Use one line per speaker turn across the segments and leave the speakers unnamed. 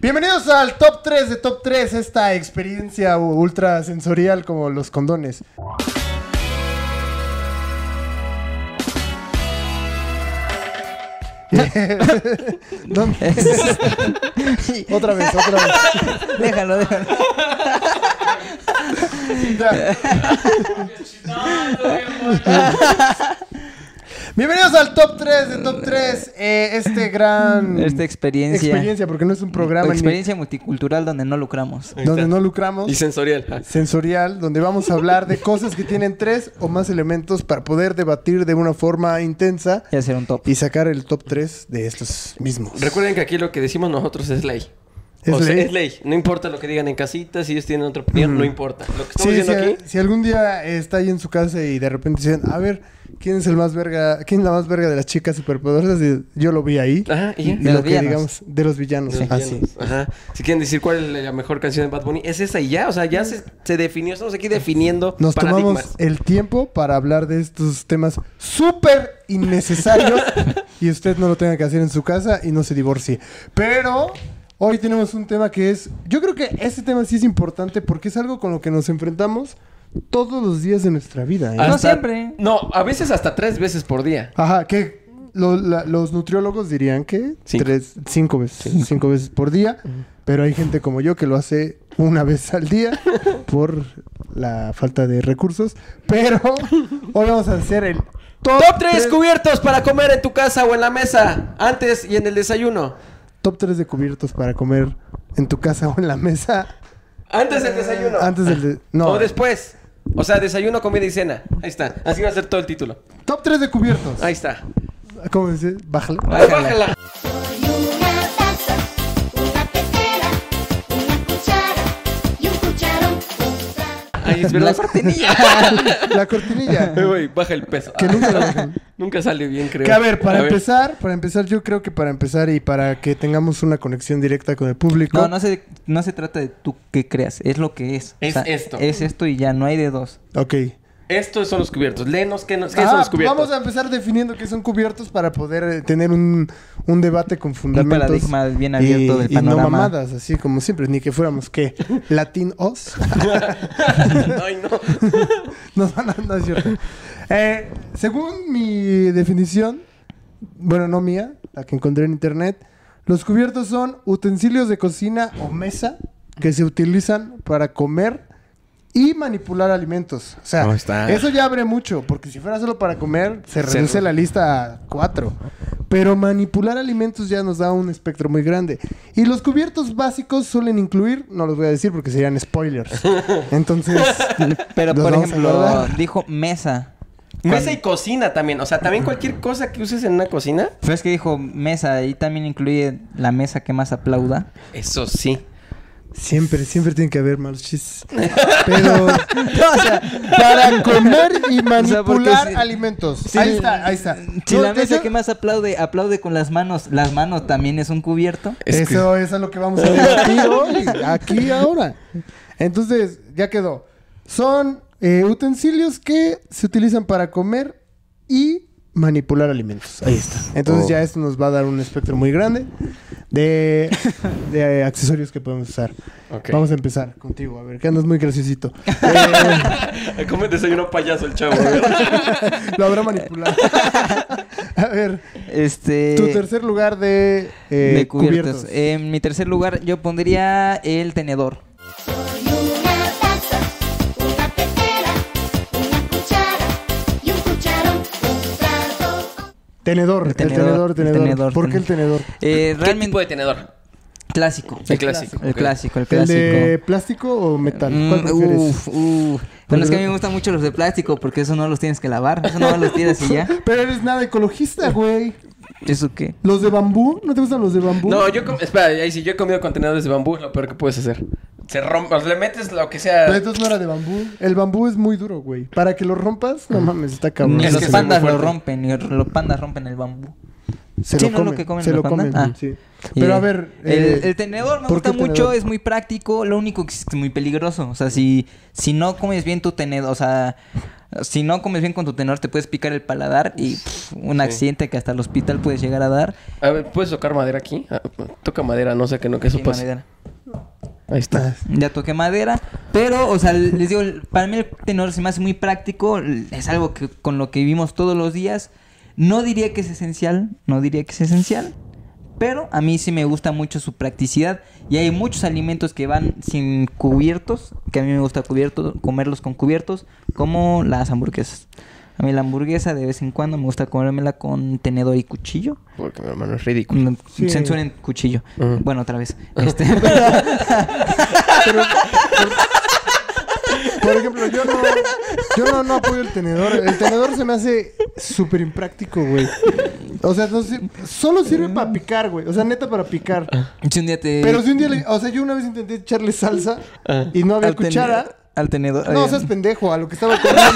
Bienvenidos al top 3 de top 3, esta experiencia ultra sensorial como los condones. No, otra vez, otra vez.
Déjalo, déjalo.
Ya. Bienvenidos al top 3 de top 3, eh, este gran
Esta experiencia.
experiencia, porque no es un programa ni-
Experiencia multicultural donde no lucramos.
Ahí
donde
está.
no lucramos.
Y sensorial. Ah,
sensorial, donde vamos a hablar de cosas que tienen tres o más elementos para poder debatir de una forma intensa
Y hacer un top.
y sacar el top 3 de estos mismos.
Recuerden que aquí lo que decimos nosotros es ley.
¿Es
O sea,
ley? Mm.
es ley. No importa lo que digan en casita, si ellos tienen otra opinión, no importa. Lo que estamos
Sí, si,
viendo aquí.
si algún día está ahí en su casa y de repente dicen, a ver, ¿quién es el más verga, quién es la más verga de las chicas superpoderosas? Y Yo lo vi ahí.
Ajá, y
y
ya.
y
De
lo
los
que
villanos.
digamos, de los villanos.
Los
Ajá,
villanos.
Mm, sí.
Ajá. Si quieren decir cuál es la mejor canción de Bad Bunny, es esa y ya. O sea, ya se, se definió. Estamos aquí definiendo
Nos tomamos eh,
paradigmas.
el tiempo para hablar de estos temas súper innecesarios y usted no lo tenga que hacer en su casa y no se divorcie. Pero hoy tenemos un tema que es, yo creo que este tema sí es importante porque es algo con lo que nos enfrentamos todos los días de nuestra vida. ¿eh?
Ah. No siempre.
No, a veces hasta tres veces por día.
Ajá, que lo- la- los nutriólogos dirían que
Cinco.
tres, cinco veces, cinco veces por día, pero hay gente como yo que lo hace una vez al día por la falta de recursos. Pero hoy vamos a hacer el top,
Top 3
tres-
cubiertos para comer en tu casa o en la mesa, antes y en el desayuno.
top 3 de cubiertos para comer en tu casa o en la mesa
Antes del desayuno.
Eh, antes del de- no.
O después. O sea, desayuno, comida y cena. Ahí está. Así va a ser todo el título.
Top 3 de cubiertos.
Ahí está.
¿Cómo dice? Bájale.
Bájala.
Bájala.
Soy una taza, una tetera, una cuchara y un cucharón.
Ahí es verdad.
La cortinilla.
La cortinilla.
Eh, güey, baja el peso.
Que nunca lo bajan.
Nunca sale bien, creo.
Que a ver, para empezar, para empezar, yo creo que para empezar y para que tengamos una conexión directa con el público.
No, no se, no se trata de tú que creas, es lo que es.
Es esto.
Es esto y ya, no hay de dos.
Ok.
Estos son los cubiertos. Léenos qué, nos- qué
Ah,
son los cubiertos.
vamos a empezar definiendo qué son cubiertos para poder eh, tener un, un debate con fundamentos.
paradigma bien abierto del
Y
panorama.
no mamadas, así como siempre, ni que fuéramos, ¿qué? ¿Latinos?
Ay, no.
No, no, no, no es cierto. Eh, según mi definición, bueno, no mía, la que encontré en internet, los cubiertos son utensilios de cocina o mesa que se utilizan para comer y manipular alimentos. O sea,
Ahí está.
eso ya abre mucho, porque si fuera solo para comer, se
Se
reduce
reduce.
la lista a cuatro. Pero manipular alimentos ya nos da un espectro muy grande. Y los cubiertos básicos suelen incluir, no los voy a decir porque serían spoilers. Entonces,
Pero,
los
por
vamos a
ejemplo,
guardar.
dijo mesa.
Mesa y cocina también. O sea, también cualquier cosa que uses en una cocina.
Pero es que dijo mesa y también incluye la mesa que más aplauda.
Eso sí.
Siempre, siempre tiene que haber malos chistes. Pero para comer y manipular
si-
alimentos.
si-
ahí está, ahí está.
Si
No,
la mesa
eso-
que más aplaude, aplaude con las manos. Las manos también es un cubierto.
Es que-
Eso es a lo que vamos a debatir hoy, aquí ahora. Entonces, ya quedó. Son eh, utensilios que se utilizan para comer y manipular alimentos. Ahí está. Entonces
Oh.
ya esto nos va a dar un espectro muy grande de, de accesorios que podemos usar.
Ok.
Vamos a empezar contigo, a ver, que andas muy graciosito. Eh,
Como un desayuno payaso el chavo. ¿verdad?
Lo habrá manipulado. a ver,
Este.
tu tercer lugar de, eh,
de
cubiertos.
cubiertos. En mi tercer lugar, yo pondría el tenedor.
Soy una taza, una tetera, una cuchara y un cucharón. Un plato con
tenedor, el tenedor,
El tenedor,
tenedor,
el tenedor,
¿Por qué el tenedor?
Eh,
¿Qué
realmente.
tipo de tenedor?
Clásico.
El clásico,
El
ok.
clásico, el
¿El
clásico.
de plástico o metal? ¿Cuál
Mm,
prefieres?
uf, uf. Bueno, es que a mí me gustan mucho los de plástico porque eso no los tienes que lavar. Eso no los tiras y ya.
Pero eres nada ecologista, güey.
¿Eso qué?
¿Los de bambú? ¿No te gustan los de bambú?
No, yo com- espera, ahí sí, yo he comido contenedores de bambú, lo peor que puedes hacer. Se rompe, o sea, le metes lo que sea.
Pero entonces no era de bambú. El bambú es muy duro, güey. Para que lo rompas, no mames, está cabrón.
Ni
Es
los
que soy muy
Mm. pandas lo
fuerte.
rompen, ni los pandas rompen el bambú.
Se
Sí,
lo
¿no es lo
comen.
que comen
se
los
lo
pandas?
comen.
Ah.
sí.
Y,
Pero a ver.
El,
eh,
el tenedor me
¿por
gusta
qué
mucho,
tenedor?
es muy práctico. Lo único que sí es muy peligroso. O sea, si, si no comes bien tu tenedor, o sea, si no comes bien con tu tenedor, te puedes picar el paladar y pff, un accidente que hasta el hospital puedes llegar a dar.
A ver, ¿puedes tocar madera aquí? Ah, toca madera, no sé qué no, que eso
Sí,
pase.
madera.
Ahí está.
Ah.
Ya toqué madera, pero, o sea, les digo, el- para mí el tenedor se me hace muy práctico, es algo que con lo que vivimos todos los días. No diría que es esencial, no diría que es esencial, pero a mí sí me gusta mucho su practicidad y hay muchos alimentos que van sin cubiertos, que a mí me gusta cubierto, comerlos con cubiertos, como las hamburguesas. A mí la hamburguesa de vez en cuando me gusta comérmela con tenedor y cuchillo.
Porque mi hermano es ridículo.
Mm,
Sí.
Censuren cuchillo.
Ujú.
Bueno, otra vez. Este, pero-
Por ejemplo, yo no, yo no, no apoyo el tenedor. El tenedor se me hace súper impráctico, güey. O sea, no sir- solo sirve para picar, güey. O sea, neta para picar.
Si un día te.
Pero si un día, le- o sea, yo una vez intenté echarle salsa
Ah.
y no había
al
cuchara.
tenedor- Al tenedor.
No,
eh,
seas pendejo, a lo que estaba comiendo.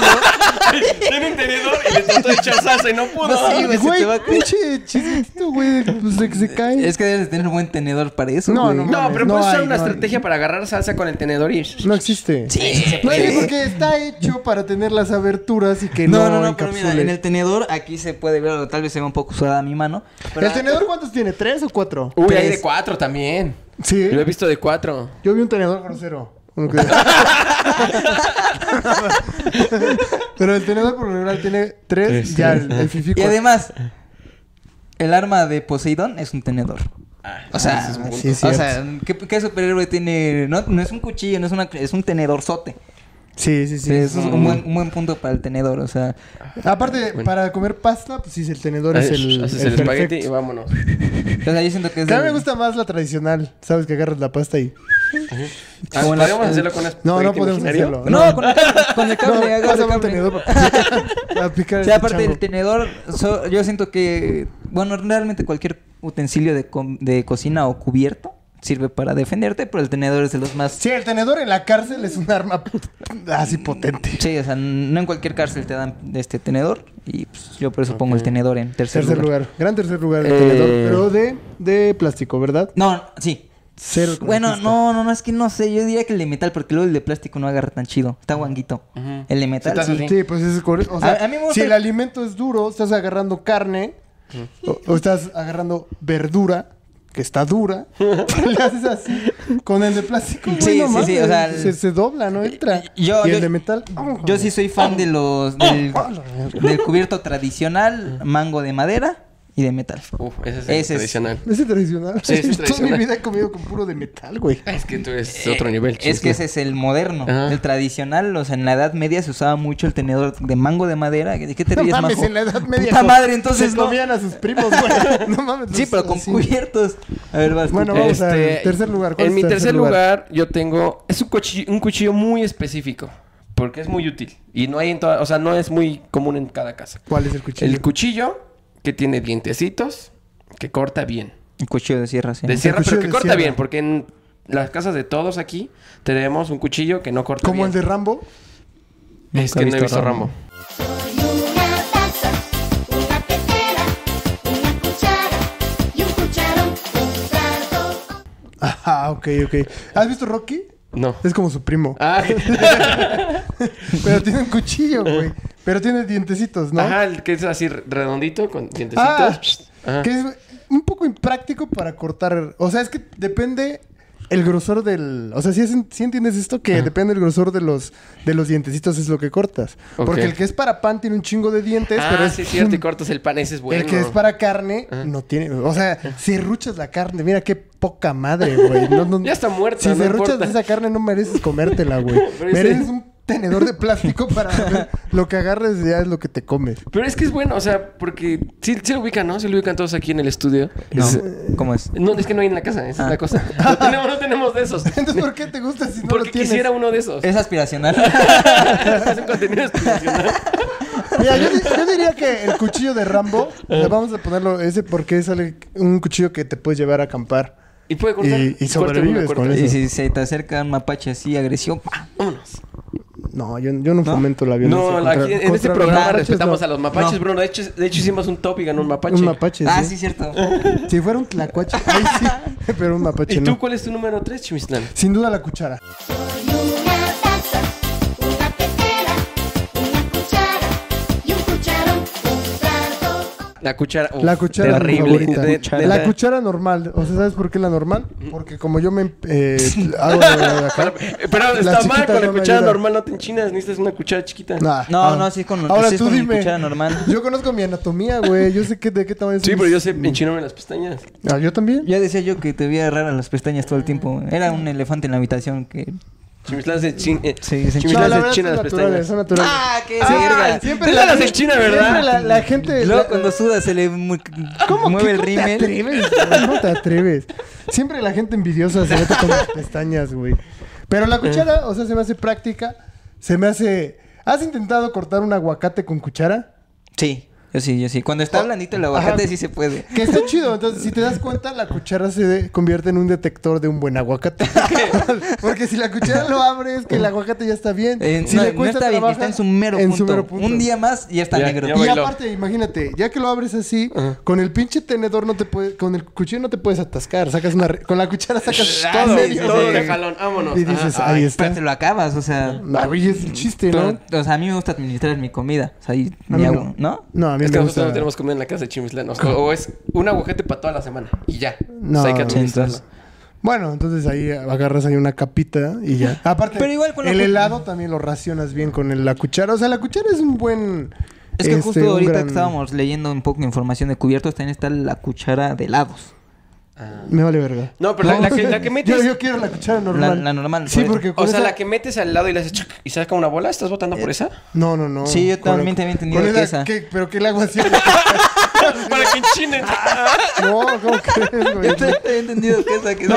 Tiene un tenedor y le trató de echar salsa y no pudo.
sí, güey, se te va a
Güey,
caer.
pinche chisito, güey. Pues de que se cae.
Es que debes de tener buen tenedor para eso.
No,
güey.
no,
No, pero
No
puedes usar
hay,
una
no hay.
estrategia para agarrar salsa con el tenedor y...
No existe.
Sí.
No, sí, porque está hecho para tener las aberturas y que no,
No, no, no, pero mira,
encapsule.
en el tenedor aquí se puede ver, tal vez se ve un poco usada mi mano. pero-
¿El tenedor cuántos tiene? ¿Tres o cuatro?
Uy, hay
Tres.
de cuatro también.
Sí.
Lo he visto de cuatro.
Yo vi un tenedor grosero. Uno que- Pero el tenedor por lo general tiene tres,
Tres,
ya
tres.
el, el fifí
Y
cuatro.
además, el arma de Poseidón es un tenedor. O sea,
ese es un punto.
o
Sí, es cierto.
sea, ¿qué, qué superhéroe tiene? No, no es un cuchillo, no es una, es un tenedorzote.
Sí, sí, sí.
Sí, eso es un buen, un buen punto para el tenedor, o sea.
Aparte, para comer pasta, pues sí, el tenedor es el,
Ah, Haces
el
el espagueti y
perfecto.
vámonos.
O sea, yo siento que es.
Cada vez
el-
me gusta más la tradicional. Sabes que agarras la pasta y...
Ah,
Como la-
¿Podríamos hacerlo con un
No, no
espagueti
podemos
imaginario?
hacerlo.
No, con el cable. Con el cable, agarra el
pásame un
cable.
tenedor para, para picar
O
el
sea, aparte del tenedor, so- yo siento que, bueno, realmente cualquier utensilio de, co- de cocina o cubierto sirve para defenderte, pero el tenedor es de los más...
Sí, el tenedor en la cárcel es un arma así potente.
Sí, o sea, no en cualquier cárcel te dan este tenedor y pues, yo por eso pongo el tenedor en tercer,
Tercer
lugar.
lugar. Gran tercer lugar el
Eh.
tenedor. Pero de, de plástico, ¿verdad?
No, sí.
Cero.
Bueno,
correctista.
no, no, no, es que no sé, yo diría que el de metal, porque luego el de plástico no agarra tan chido, está guanguito.
Ujú.
El de metal,
estás
sí.
así.
Sí, pues es correcto. O sea,
A- a mí me gusta
si el
el-
alimento es duro, estás agarrando carne o, o estás agarrando verdura que está dura, pues le haces así con el de plástico, güey,
Sí,
no
sí,
mames,
sí, o sea,
se, se dobla, no entra.
Yo-
y el
yo-
de metal,
Yo sí soy fan de los del,
Ah,
del cubierto tradicional, mango de madera y de metal.
Uf, ese es
Ese es-
el tradicional.
oh, ese es tradicional.
Sí, ese es
Toda
tradicional.
mi vida he comido con puro de metal, güey.
Es que tú es
Eh,
otro nivel.
Es que ese es el Ah. moderno.
Ajá.
El tradicional, o sea, en la Edad Media se usaba mucho el tenedor de mango de madera. ¿De qué te
No
ríes,
mames,
majo?
en la Edad Media
Puta
co-
madre, entonces
se
no.
comían a sus primos, güey. No mames.
Sí,
los-
pero con
así.
cubiertos. A ver, vas. tú.
Bueno, vamos al tercer lugar. ¿Cuál
Este, En
es
mi
tu
tercer, lugar? yo tengo... Es un cuchillo, un cuchillo muy específico. Porque es muy útil. Y no hay en toda... O sea, no es muy común en cada casa.
¿Cuál es el cuchillo?
El cuchillo que tiene dientecitos, que corta bien.
Un cuchillo de sierra, sí.
De sierra,
cuchillo
pero que
de
corta
sierra.
bien. Porque en las casas de todos aquí tenemos un cuchillo que no corta
Como
bien.
el de Rambo.
Es que no he visto Rambo.
Soy una taza, una tetera, una cuchara y un cucharón, un plato.
Ajá, ok, ok. ¿Has visto Rocky?
No.
Es como su primo.
Ah,
Pero tiene un cuchillo, güey. Pero tiene dientecitos, ¿no?
Ajá, el que es así redondito con dientecitos.
Ah,
Ajá.
que es un poco impráctico para cortar. O sea, es que depende el grosor del. O sea, si entiendes esto, que depende el grosor de los de los dientecitos es lo que cortas.
Ok.
Porque el que es para pan tiene un chingo de dientes,
Ah,
pero es
sí, es cierto, y cortas el pan, ese es bueno. Ah.
El que es para carne no tiene. O sea, serruchas la carne. Mira qué poca madade, güey. No, no-
Ya está muerta,
Si
no
serruchas
importa.
esa carne, no mereces comértela, güey.
Pero ese-
mereces un tenedor de plástico para ver lo que agarres ya es lo que te comes.
Pero es que es bueno, o sea, porque sí, sí lo ubican, ¿no? Sí lo ubican todos aquí en el estudio.
No,
Es-
¿Cómo es?
No, es que no hay en la casa, esa es
Ah.
la cosa. No tenemos, no tenemos de esos.
Entonces, ¿por qué te gusta si no
porque
lo tienes?
quisiera uno de esos.
Es aspiracional.
es un contenido especial.
Mira, yo, di- yo diría que el cuchillo de Rambo,
Ah.
le vamos a ponerlo ese porque sale un cuchillo que te puedes llevar a acampar.
Y puede cortar.
Y- y
corta uno,
sobrevives
corta
con
uno.
eso.
y si se te acerca un mapache así, agresión. ¡pa!
Vámonos.
No, yo, yo no fomento la violencia.
No,
contra-
aquí en- en
contra
este programa
mapaches,
respetamos
no.
a los mapaches,
No.
Bruno. De hecho, de hecho, hicimos un top y ganó un mapache.
Un mapache,
Ah,
sí.
sí, cierto.
Si fuera un tlacuache, ahí sí. Pero un mapache
¿Y tú
no.
cuál es tu número 3, Chumislán?
Sin duda la cuchara.
Soy una taza, una tetera, una cuchara y un cucharón, un plato.
La cuchara. uf,
La cuchara oh. es mi
terrible.
favorita.
De- de-
La cuchara normal. O sea, ¿sabes por qué la normal? Porque como yo me eh, hago de acá.
Pero
La
está mal,
chiquita
con la
no me
cuchara
ayuda.
normal no te enchinas, necesitas una cuchara chiquita.
Nah,
No,
ah.
no, sí es con-
Ahora
sí es
tú
con mi
dime.
cuchara normal.
Yo conozco mi anatomía, güey. Yo sé qué, de qué tamaño
Sí,
son
pero yo
mis-
sé enchinarme las pestañas.
Ah, yo también.
Ya decía yo que te veía rara las pestañas todo el tiempo. Era un elefante en la habitación que...
Chumislán se enchina
Sí, se
No, la
se
verdad
enchina
son
las
naturales,
pestañas.
son naturales.
qué
Ah, verga. Esa las enchina, ¿verdad?
Siempre la, la gente...
Luego
la-
cuando suda se le mu- mueve
¿Qué?
el rímel.
te atreves? ¿Cómo te atreves? Siempre la gente envidiosa se mete con las pestañas, güey. Pero la cuchara, o sea, se me hace práctica. Se me hace... ¿Has intentado cortar un aguacate con cuchara?
Sí, yo sí, yo sí. Cuando está blandito el aguacate
Oh, Ajá.
sí se puede.
Que está chido. Entonces, si te das cuenta, la cuchara se de- convierte en un detector de un buen aguacate. Porque si la cuchara lo abre, es que el aguacate ya está bien.
Oh. Eh,
si
no, no está bien,
trabajo,
está en su mero
en
punto.
su mero punto.
Un día más y ya está
Ya,
negro.
ya
Y
bailó.
aparte, imagínate, ya que lo abres así, con el pinche tenedor no te puedes, con el cuchillo no te puedes atascar, sacas una, re- con la cuchara sacas
Ah,
todo,
sí,
medio,
sí, todo
güey.
de jalón, vámonos.
Y dices,
Ajá,
ahí
ay,
está.
Pero te lo acabas, o sea...
Ah, güey, es el chiste, ¿no?
pero, o sea, a mí me gusta administrar mi comida. O sea, ahí
A
mi
mí
agua, ¿no?
No, a mí
Es que
me
nosotros no
gusta.
tenemos comida en la casa de Chumislán. O, o es un aguacate para toda la semana y ya.
No,
O sea, hay que
sí,
administrarlo.
Bueno, entonces ahí agarras ahí una capita y ya. Aparte,
Pero igual con la
el
cu-
helado también lo racionas bien con el- la cuchara. O sea, la cuchara es un buen...
Es que
este,
justo
un
ahorita
gran-
que estábamos leyendo un poco de información de cubiertos, también está la cuchara de helados.
Me vale verga.
No, pero la- la que- la que metes-
Yo, yo quiero la cuchara normal.
la normal,
Sí,
por eso.
porque... con
O sea,
esa-
la que metes al lado y le haces chuc y saca una bola, ¿estás votando
Eh.
por esa?
No, no, no.
Sí, yo
Con la-
también tenía entendido
con
que
la-
esa.
¿qué? ¿Pero qué le hago así?
Para que enchinen.
No, ¿cómo crees, güey?
Yo también había entendido que esa que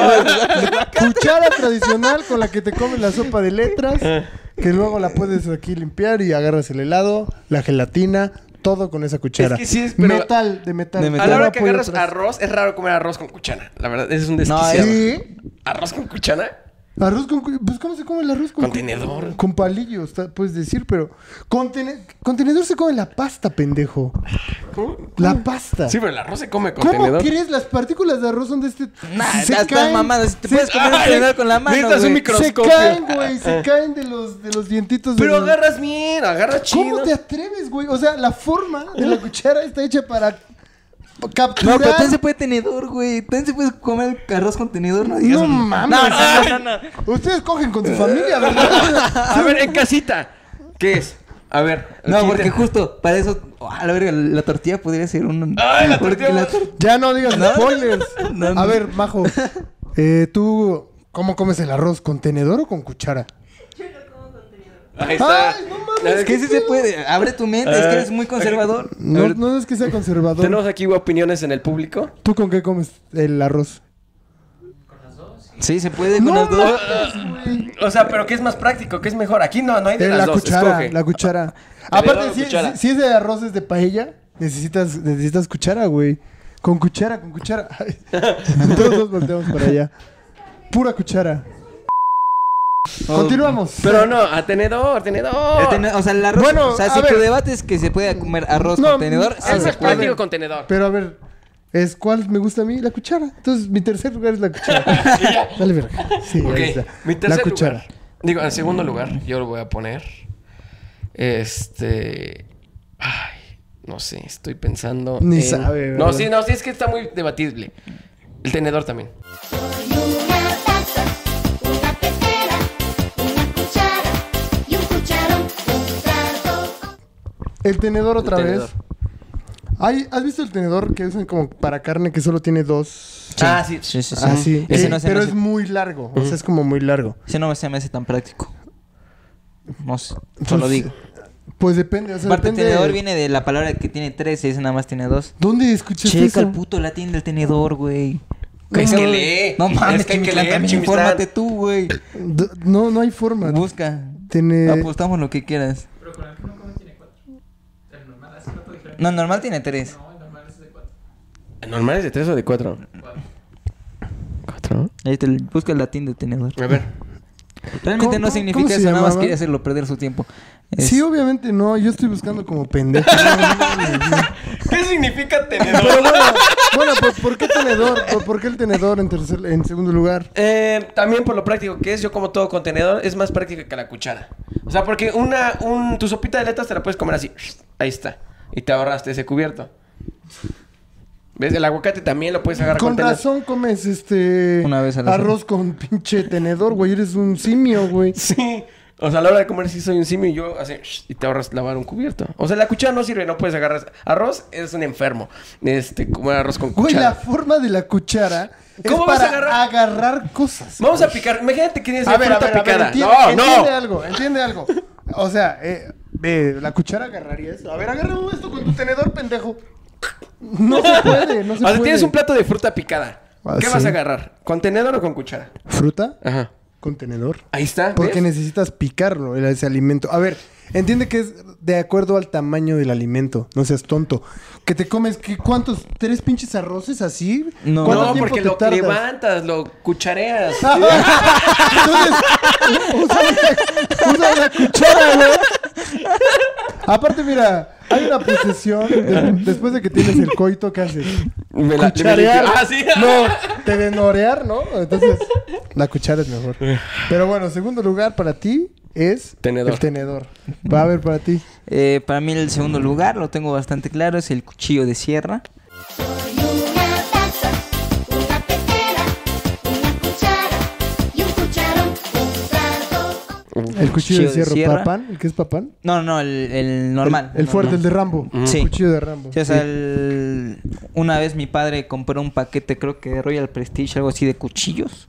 Cuchara tradicional con la que te comes la sopa de letras,
Ah.
que luego la puedes aquí limpiar y agarras el helado, la gelatina, todo con esa cuchara.
Es que sí es, pero-
Metal, de metal.
De metal.
A la hora
Ahora
que
apoyo
agarras
atrás.
arroz, es raro comer arroz con cuchara. La verdad, ese es un
No,
desquiciado.
Sí.
¿Arroz con cuchara?
Arroz con... cu- Pues, ¿cómo se come el arroz con...
Con tenedor.
Con palillos, ta- puedes decir, pero... Con, tene- con tenedor se come la pasta, pendejo.
¿Cómo?
La pasta.
Ah. Sí, pero el arroz se come con
¿Cómo
tenedor.
crees? Las partículas de arroz son de este...
Nah,
se
estás
caen.
mamado. Si te
Se
puedes comer un
Ay,
tenedor con la mano,
necesitas un
güey.
micro-
Se
Microscopio.
caen, güey, se caen de los, de los dientitos.
Pero
del-
agarras bien, agarras chido.
¿Cómo te atreves, güey? O sea, la forma de la cuchara está hecha para capturar.
No, pero también se puede tenedor, güey. También se puede comer arroz con tenedor, no digas.
No mames.
No, no, no, no, no.
Ustedes cogen con su familia, ¿verdad?
A ver, en casita. ¿Qué es? A ver.
No,
quita.
porque justo para eso, a la verga, la tortilla podría ser un.
Ah,
Ay, la
porque
tortilla.
tor-
ya no digas
No.
spoilers.
No, no.
A ver, Majo, eh, tú, ¿cómo comes el arroz? ¿Con tenedor o con cuchara?
Ahí está.
Ay, no mames,
Es que sí se puede. Abre tu mente, es
Ah,
que eres muy conservador.
No,
A ver.
no es que sea conservador.
Tenemos aquí opiniones en el público.
¿Tú con qué comes el arroz?
Sí, se puede con
No,
las dos.
O sea, pero ¿qué es más práctico? ¿Qué es mejor? Aquí no, no hay de
Eh,
las
la
dos.
cuchara,
escoge.
la cuchara.
Tenedor
Aparte,
o
si,
cuchara.
si- si es de arroz es de paella, necesitas, necesitas cuchara, güey. Con cuchara, con cuchara. Ay, Todos nos volteamos para allá. Pura cuchara. Continuamos.
Oh. Pero no, a tenedor, tenedor.
El tene- Eh, O sea, el arroz.
Bueno,
o sea,
a
si
ver.
tu debate es que se puede comer arroz
No,
con tenedor,
a ver,
sí
Es
se
más
a ver.
puede.
práctico con tenedor.
Pero a ver, ¿es cuál me gusta a mí? La cuchara. Entonces, mi tercer lugar es la cuchara. Dale verga. Sí, ahí
Ok,
está.
Mi tercer
la cuchara.
lugar. Digo, en segundo lugar, yo lo voy a poner. Este. Ay, no sé, estoy pensando.
Ni
en-
sabe,
No,
¿verdad?
sí, no, sí, es que está muy debatible. El tenedor también.
Soy una taza, una tetera, una cuchara y un cucharón, un plato.
El tenedor otra
El
vez.
tenedor.
Ay, ¿Has visto el tenedor que usan como para carne que solo tiene dos
Ah, sí.
Sí, sí, sí.
Ah, sí.
Ese
Eh,
no se
pero
me
es
hace-
muy largo. O sea, es como muy largo.
ese no se me hace tan práctico. No sé,
Pues,
solo digo.
Pues depende. O sea,
Aparte,
depende.
tenedor viene de la palabra que tiene tres y ese nada más tiene dos.
¿Dónde escuchaste
Checa
eso?
el puto latín del tenedor, güey.
Es
No,
que
güey.
lee.
No mames,
Eh, Es que hay que
Chimislán,
leer,
también
Chimislán.
infórmate tú, güey.
D- No, no hay forma.
Busca.
Tiene-
Apostamos lo que quieras. Pero con el que no comes tiene cuatro. normal,
¿Normal es de tres o de cuatro? ¿Cuatro?
tiene tres. Ahí te busca el latín del tenedor.
A ver.
Eh,
Realmente
pues, ¿Cómo-
no
cómo-
significa
cómo se
eso, nada más
llamaba?
quería hacerlo perder su tiempo. Es-
Sí, obviamente no. Yo estoy buscando como pendejo.
¿Qué significa
Pero
tenedor?
bueno, bueno pues, ¿por qué tenedor? ¿Por, por qué el tenedor en, tercer- en segundo lugar?
Eh, también por lo práctico que es, yo como todo contenedor, es más práctica que la cuchara. O sea, porque una, un, tu sopita de letras te la puedes comer así. Ahí está. Y te ahorraste ese cubierto. ¿Ves? El aguacate también lo puedes agarrar
Con
tenedor.
razón comes este
Una vez a la
arroz con pinche tenedor, güey. Eres un simio, güey.
Sí. O sea, a la hora de comer sí soy un simio y yo así... Y te ahorras lavar un cubierto. O sea, la cuchara no sirve, no puedes agarrar... Arroz eres un enfermo. Este, comer arroz con
Güey, la
cuchara.
forma de la cuchara
¿Cómo
es
vas a
para
agarrar?
agarrar? cosas.
Vamos a picar. Imagínate que tienes
A
la
ver, a
fruta
ver, a ver,
picada.
enti-
no, no.
entiende algo, entiende algo. O sea, eh, eh, la cuchara agarraría eso. A ver, agarra esto con tu tenedor, pendejo. No se puede, no se
o sea,
puede.
tienes un plato de fruta picada.
Ah,
¿Qué
sí.
vas a agarrar? ¿Con tenedor o con cuchara?
¿Fruta?
Ajá.
Con tenedor.
Ahí está.
Porque
Ah, ¿ves?
necesitas picarlo, el- ese alimento. A ver, entiende que es de acuerdo al tamaño del alimento. No seas tonto. Que te comes, ¿qué, ¿cuántos? ¿Tres pinches arroces así?
No.
¿Cuánto
No,
tiempo
porque
te
lo
tardas?
levantas, lo cuchareas.
Entonces, usa, la- usa la cuchara, güey. Aparte, mira, hay una posesión de- después de que tienes el coito, ¿qué haces?
Me la-
Cucharear.
me la- Ah, sí.
No, te denorear, ¿no? Entonces, la cuchara es mejor. Pero bueno, segundo lugar para ti es
Tenedor.
el tenedor. Va a ver para ti.
eh, para mí el segundo lugar, lo tengo bastante claro, es el cuchillo de sierra.
Soy una taza, una tetera, una cuchara y un cucharón, un plato.
Mm.
El cuchillo de
Cuchillo de
cierre,
sierra.
¿papán? ¿El que es papán?
No, no, el, el normal.
El, el fuerte, el de Rambo.
Sí.
El cuchillo de Rambo.
Sí, o sea, el- una vez mi padre compró un paquete, creo que de Royal Prestige, algo así de cuchillos.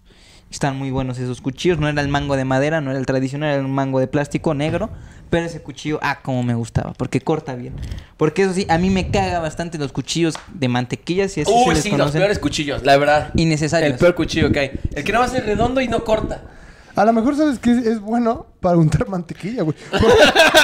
Están muy buenos esos cuchillos. No era el mango de madera, no era el tradicional, era un mango de plástico negro. Pero ese cuchillo, ah, como me gustaba, porque corta bien. Porque eso sí, a mí me caga bastante los cuchillos de mantequilla, si así se
Uy,
les
sí, los
conocen.
peores cuchillos, la verdad.
Innecesarios.
El peor cuchillo que hay. El que nada más es redondo y no corta.
A lo mejor sabes que es, es bueno para untar mantequilla, güey.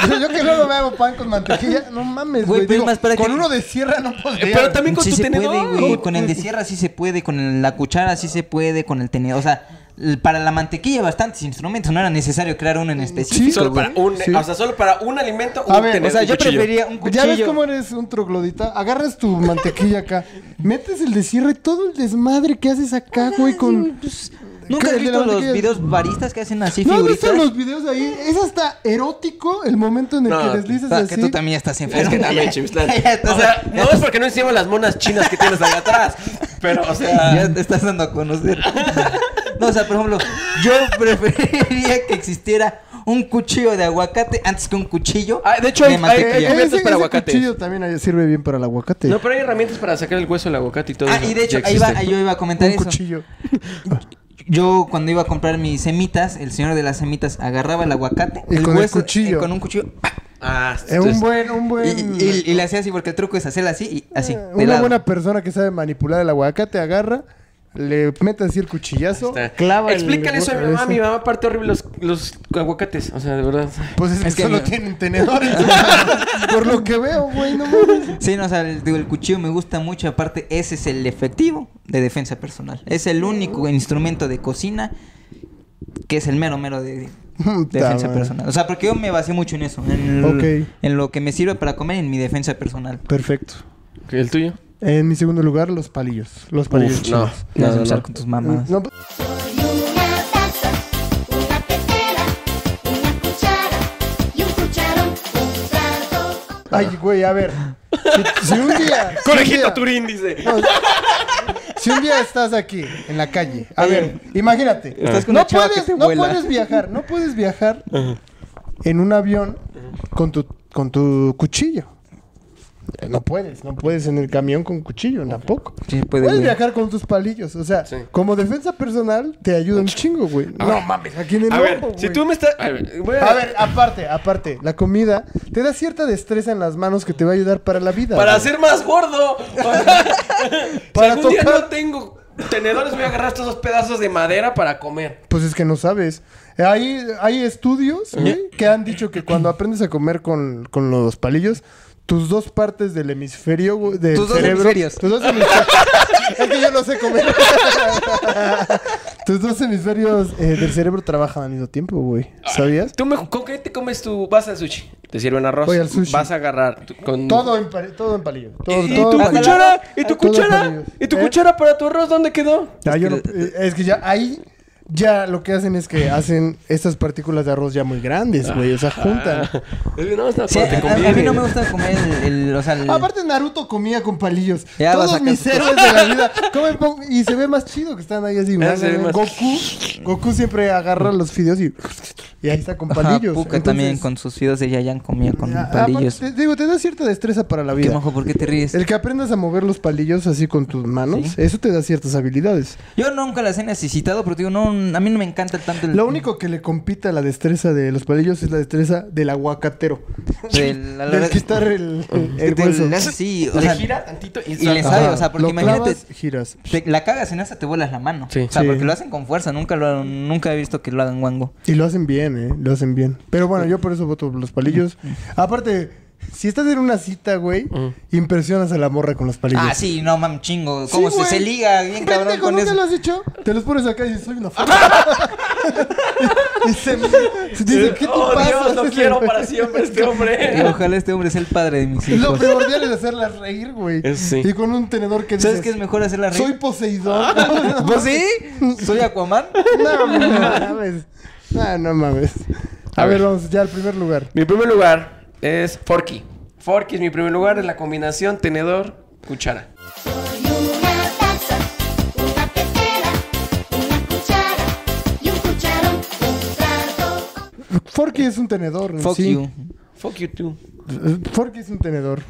Porque yo que luego me hago pan con mantequilla, no mames,
Güey,
güey.
pero
Digo,
más para
con
que-
uno de sierra no podría.
Eh, pero también con
sí
tu
se
tenedor.
puede, güey. Con el de sierra sí se puede, con el- la cuchara sí se puede, con el tenedor. O sea, l- para la mantequilla bastantes instrumentos, no era necesario crear uno en específico.
Sí,
Solo para un,
Sí.
o sea, solo para un alimento,
A
un
ver,
tenedor,
O sea,
un
yo
cuchillo.
prefería un cuchillo.
Ya ves cómo eres un troglodita. Agarras tu mantequilla acá, metes el de sierra y todo el desmadre que haces acá, güey, con.
pues, ¿Nunca has
el de la
visto los
mantequilla?
videos baristas que hacen así
¿No has
figuritas?
visto los videos ahí? Es hasta erótico el momento en el
No,
que deslizas
Ah,
así.
que tú también estás enfermo.
Es que también,
Ya,
Chimistán.
ya estás-
O sea, no es porque no hicimos las monas chinas que tienes ahí atrás. Pero, o
ya
sea.
te estás dando a conocer. No, o sea, por ejemplo, yo preferiría que existiera un cuchillo de aguacate antes que un cuchillo.
Ah, de hecho, hay- hay-
Eh,
mantequilla.
hay- Cubiertos
ese,
para
ese
aguacates.
cuchillo también ahí sirve bien para el aguacate.
No, pero hay herramientas para sacar el hueso del aguacate y todo
Ah,
eso.
y de hecho,
Ya
ahí va,
existe.
yo iba a comentar
un
eso.
cuchillo. Eh,
Yo cuando iba a comprar mis semitas, el señor de las semitas agarraba el aguacate,
Y
el
con el
hueso,
cuchillo.
y con un cuchillo, ¡pac!
Ah,
Eh, un buen, un
y,
buen.
y- y le hacía así, porque el truco es hacerla así y así.
Eh,
de
Una
lado.
buena persona que sabe manipular el aguacate agarra, le mete así el cuchillazo,
Está.
clava el-
Explícale eso a mi mamá.
ese.
Mi mamá parte horrible los, los aguacates. O sea, de verdad.
Pues es,
Es
que
que
solo
no.
tienen tenedores. por lo que veo, güey, no mames.
Sí, no, o sea, el, digo, el cuchillo me gusta mucho, aparte ese es el efectivo de defensa personal. Es el único instrumento de cocina que es el mero mero de, de
Ta
defensa
madre.
personal. O sea, porque yo me basé mucho en eso, en, el-
Ok.
en lo que me sirve para comer y en mi defensa personal.
Perfecto.
¿El tuyo?
En mi segundo lugar, los palillos. Los palillos
Uf,
chinos.
no.
No,
No, no,
empezar
no.
con tus mamás.
No, pues,
Soy una taza, una tetera, una cuchara y un cucharón, un plato.
ay, güey, a ver. Si, si un día. si un
Conejito
día-
Turín, dice.
No, Si un día estás aquí, en la calle, a ver, imagínate.
Estás con
no
una chava que
puedes,
te
no
vuela.
puedes viajar, no puedes viajar en un avión con tu, con tu cuchillo. Eh, No puedes, no puedes en el camión con cuchillo, tampoco.
Sí, puede,
puedes
güey.
viajar con tus palillos, o sea,
Sí.
como defensa personal te ayuda un chingo, güey. No mames, aquí en el
A ver,
ojo,
si
güey.
tú me estás. A ver, voy a-
A ver, aparte, aparte, la comida te da cierta destreza en las manos que te va a ayudar para la vida.
Para
güey.
ser más gordo.
Para
para si algún día
tocar-
no tengo tenedores, voy a agarrar estos dos pedazos de madera para comer.
Pues es que no sabes. Eh, Hay, hay estudios güey, que han dicho que cuando aprendes a comer con, con los palillos, tus dos partes del hemisferio, güey, del
Tus dos
cerebro.
hemisferios.
Tus dos hemisferios. es que yo no sé comer. tus dos hemisferios eh, del cerebro trabajan al mismo tiempo, güey. ¿Sabías?
¿Tú me- con qué te comes tu... vas al sushi? Te sirven arroz.
Voy al sushi.
Vas a agarrar tu- con...
Todo en, pare- todo en palillo. Todo,
¿Y, y
todo
tu
en palillo.
cuchara? ¿Y tu
Todo en
cuchara?
palillos.
¿Y tu
¿Eh?
cuchara para tu arroz dónde quedó?
Ah, yo no- eh, es que ya ahí ya lo que hacen es que hacen estas partículas de arroz ya muy grandes, güey. O sea, juntan.
Es que no, es una
Sí,
cosa que
a, a- a mí no me gusta comer el, el- o sea, el-
Aparte Naruto comía con palillos.
Ya vas a
Todos
sacar
mis
sus
héroes de la vida comen pon- y se ve más chido que están ahí así.
Ya
¿no?
se ve más-
Goku, Goku siempre agarra los fideos y, y ahí está con
ajá,
palillos.
Puka
Entonces,
también con sus fideos de Yayan comía con
a- aparte,
palillos.
te- digo, te da cierta destreza para la
Qué
vida.
mojo, ¿por qué te ríes?
El que aprendas a mover los palillos así con tus manos,
Sí.
eso te da ciertas habilidades.
Yo nunca las he necesitado, pero te digo, no, a mí no me encanta tanto el...
Lo único que le compita a la destreza de los palillos es la destreza del aguacatero.
Del- la- la-
del quitar el, el
te-
hueso.
le haces así, o
Le
sea,
gira tantito y,
y le
salta.
sabe,
Ajá.
o sea, porque
Lo
imagínate-
clavas, giras.
te- la cagas en esa te vuelas la mano.
Sí.
O sea,
Sí.
porque lo hacen con fuerza, nunca lo nunca he visto que lo hagan guango.
Y lo hacen bien, ¿eh? Lo hacen bien. Pero bueno, yo por eso voto por los palillos. Aparte, si estás en una cita, güey,
Ujú.
impresionas a la morra con los palillos.
Ah, sí, no mames, chingo. ¿Cómo
Sí,
se,
güey.
se liga bien cabrón
Pendejo,
con
¿nunca
eso?
lo has hecho? Te los pones acá y dices, soy una foto. y se, se
Eh,
dice, ¿qué te
oh,
pasa?
Dios, lo quiero para siempre este
Y
hombre.
ojalá este hombre sea el padre de mis
Lo
hijos.
primordial es hacerlas reír, güey.
Eso sí.
Y con un tenedor que dices,
¿Sabes qué es mejor hacer la red?
soy ¿Ah, Poseidón.
¿Pues sí? ¿Soy Aquaman?
no, mames. Ah, no mames. A,
A
ver,
ver.
vamos ya al primer lugar.
mi primer lugar es Forky. Forky es mi primer lugar en la combinación tenedor cuchara.
Soy una taza, una tetera, una cuchara y un cucharón, un plato.
Forky es un tenedor.
Fuck
sí.
you.
Fuck you too.
Forky es un tenedor.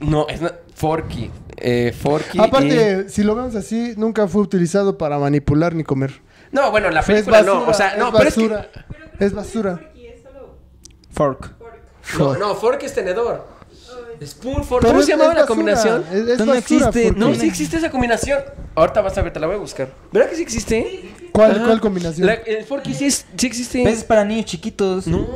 No, es na- Forky. Eh, Forky.
Aparte, si lo vemos así, nunca fue utilizado para manipular ni comer.
y- No, bueno, la
Es
película
basura.
no. O sea, no,
es
pero es que.
basura. Es basura.
Fork.
No, no, Fork es tenedor. Spoon, Fork.
Pero
¿Cómo
es-
se llamaba
es
la
basura.
combinación?
Es, es
No, no
basura,
existe,
Forky.
No,
Tiene-
sí existe esa combinación. Ahorita vas a ver, te la voy a buscar. ¿Verdad que sí existe?
¿Cuál,
Ajá.
cuál combinación?
Ah. La- el Forky sí, es- sí existe.
Ves para niños chiquitos.
No.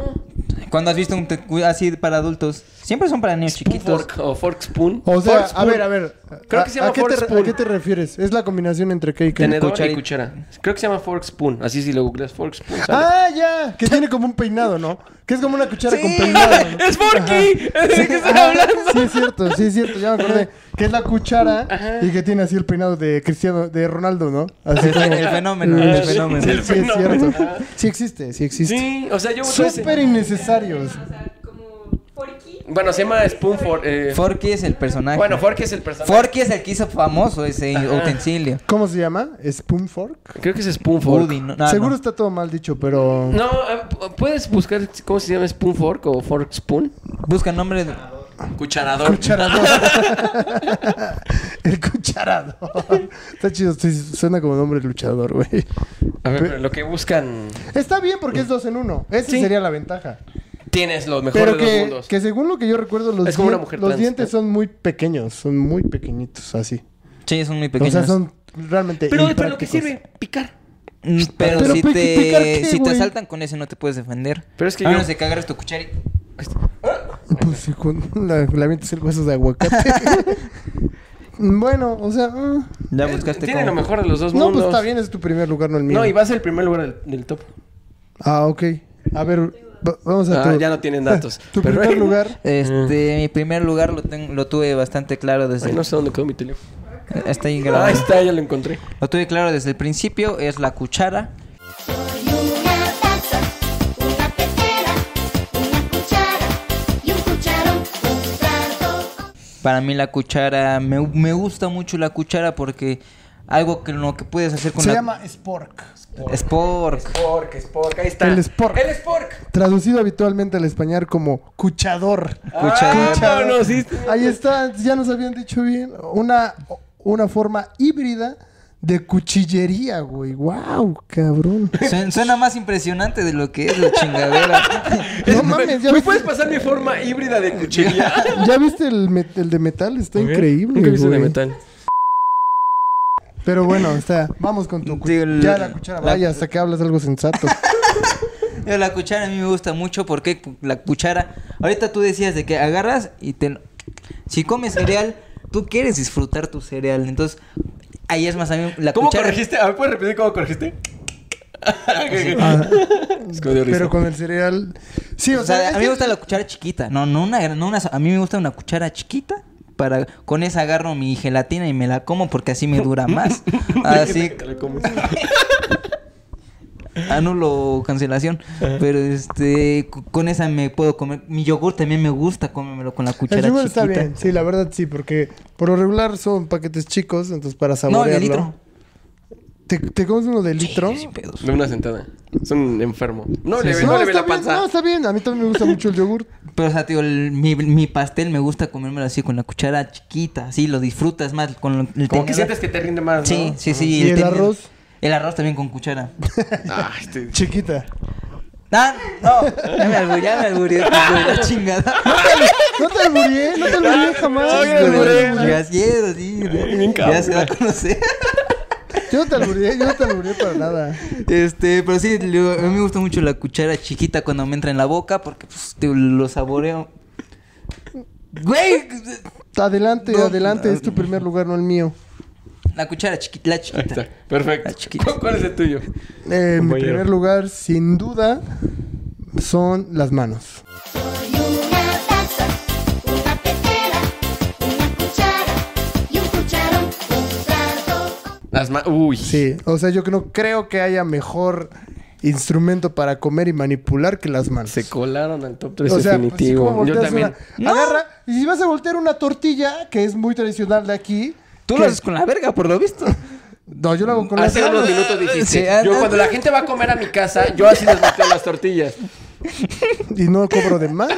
Cuando has visto un te- así para adultos. Siempre son para niños
Spoon
chiquitos.
Fork o Fork Spoon.
O sea,
Fork
a
Spoon.
ver, a ver.
Creo
¿A-
que se llama
¿A qué,
Fork
te, re-
Spoon.
a qué te refieres? Es la combinación entre qué y qué.
Tenedor
Cuchara y-
y cuchara. Creo que se llama Fork Spoon. Así si lo googleas, Fork Spoon. sale.
Ah, ya. Que tiene como un peinado, ¿no? Que es como una cuchara
Sí.
con peinado. ¿no?
¡Es Forky! ¿De qué están
Ah,
hablando?
Sí, es cierto, sí, es cierto, ya me acordé. Que es la cuchara y que tiene así el peinado de Cristiano, de Ronaldo, ¿no? Así
El- el fenómeno,
Mm,
el
sí,
fenómeno.
Sí,
El
sí, es
fenómeno.
cierto. Sí existe, sí existe.
Sí, o sea, yo voto ese.
Súper innecesarios.
O sea, como Forky.
Bueno, se llama Spoon Fork. eh,
Forky es el personaje.
Bueno, Forky es el personaje.
Forky es el que hizo famoso ese utensilio.
¿Cómo se llama? ¿Spoon Fork?
Creo que es Spoon Fork.
Woody, Ah, no, no,
Seguro
no.
está todo mal dicho, pero.
No, eh, ¿puedes buscar cómo se llama Spoon Fork o Fork Spoon?
Busca nombre. de-
Cucharador.
Cucharador. el cucharador. Está chido, sí, suena como nombre de luchador, güey.
A ver, pero lo que buscan.
Está bien porque es dos en uno. Esa
Sí.
sería la ventaja.
Tienes lo mejor
Pero
de los
que,
mundos.
que según lo que yo recuerdo, los,
Es como una
dien-
mujer
los
trans,
dientes
¿eh?
son muy pequeños, son muy pequeñitos, así.
Sí, son muy pequeños.
O sea, son realmente.
Pero, pero lo que
imprácticos.
sirve, picar.
Mm, Pero,
Pero
si,
pic- picar qué,
te, si te
güey.
asaltan con ese no te puedes defender.
Pero es que
a
yo-
menos de que agarres tu cuchara y-
Pues sí, con la, la avientas el hueso de aguacate. bueno, o sea. ah.
Ya
Eh,
buscaste
Tienen
cómo.
lo mejor de los dos
No,
mundos.
pues está bien, es tu primer lugar, no el mío.
No, y vas al primer lugar del, del top.
Ah, ok. A ver, va- vamos a
Ah,
tu-
ya no tienen datos.
Tu
Pero-
primer lugar.
Este, mi primer lugar lo, ten- lo tuve bastante claro desde.
Ay, no sé dónde quedó mi teléfono.
Está ahí grabado.
Ah, está, ya lo encontré.
Lo tuve claro desde el principio, es la cuchara.
Soy una taza, una tetera, una cuchara y un cucharón, un plato.
Para mí la cuchara, me, me gusta mucho la cuchara porque algo que lo que puedes hacer con
Se
la...
llama Spork.
Spork.
Spork, Spork, ahí está.
El Spork.
El Spork.
Traducido habitualmente al español como cuchador.
Cuchara.
Ah, no, sí.
Ahí está, ya nos habían dicho bien. Una, una forma híbrida de cuchillería, güey. ¡Wow, cabrón!
Suen- Suena más impresionante de lo que es la chingadera.
No mames, ya
¿Me
viste,
puedes pasar mi forma híbrida de cuchilla?
ya viste el, met- el de metal, está
A ver,
increíble.
Nunca he visto de
güey.
metal.
Pero bueno, está. Vamos con tu
Digo,
cuchara.
el-
Ya la cuchara,
la-
vaya, hasta que hablas algo sensato.
Yo, la cuchara a mí me gusta mucho porque la cuchara... Ahorita tú decías de que agarras y te... Si comes cereal, tú quieres disfrutar tu cereal. Entonces, ahí es más a mí la
¿Cómo
cuchara.
corregiste? A ver, ¿puedes repetir cómo corregiste?
Ah,
Es que me dio risa.
pero con el cereal. Sí, o,
O sea,
sea,
a mí me gusta la cuchara chiquita. No, no una, gran- no una. A mí me gusta una cuchara chiquita. Para, con esa agarro mi gelatina y me la como porque así me dura más.
Ah,
Ah,
Así
Te la comes.
anulo cancelación. Pero este, co- con esa me puedo comer. Mi yogur también me gusta comérmelo con la
El
cuchara
yogur
chiquita.
está bien, sí, la verdad sí, porque por lo regular son paquetes chicos, entonces para
no, de
saborearlo.
litro.
¿Te, te comes uno de litro?
Sí, sin pedos.
De una sentada. Es un enfermo. No le ve,
No,
no le ve
está bien,
la panza.
no, está bien. A mí también me gusta mucho el yogur.
Pero, o sea, tío, el- mi, mi pastel me gusta comérmelo así con la cuchara chiquita. Así lo disfrutas más. Con el
Como
tenedor.
que sientes que te rinde más, ¿no?
Sí, sí, sí.
¿Y el
tenedor.
arroz?
El arroz también con cuchara.
Ah, este...
Chiquita.
Ah, no, ya me alburió, ya me alburió, hijo de la chingada.
No te alburé, no te alburé jamás.
Ah, no, yo
no te
Ah, alburé.
alburé.
Así es, así.
bien
Ya se va a
cabrón.
conocer.
Yo no te alburé, yo no te alburé para nada.
Este, pero sí, lo- a mí me gusta mucho la cuchara chiquita cuando me entra en la boca porque pues, te lo saboreo. Güey,
Adelante,
No,
adelante,
no.
es tu primer lugar, no el mío.
la cuchara chiquita, la
Ahí está.
chiquita.
Perfecto.
Ah,
La chiquita.
¿Cu- ¿Cuál es el tuyo?
Eh, mi
Compañero.
primer lugar, sin duda, son las manos.
Soy una taza, una tetera, una cuchara y un cucharón, un plato.
Las ma... Uy.
Sí, o sea, yo no creo que haya mejor instrumento para comer y manipular que las manos.
Se colaron al top 3
O sea, pues, sí,
definitivo.
como
Yo
volteas
también.
una- Agarra, y si vas a voltear una tortilla, que es muy tradicional de aquí.
Tú
que-
lo haces con Ah, la verga, por lo visto.
No, yo lo hago con la
Hace unos minutos dijiste.
Sí, ah,
yo
ah,
cuando la gente va a comer a mi casa, yo así les volteo las tortillas.
Y no cobro de más.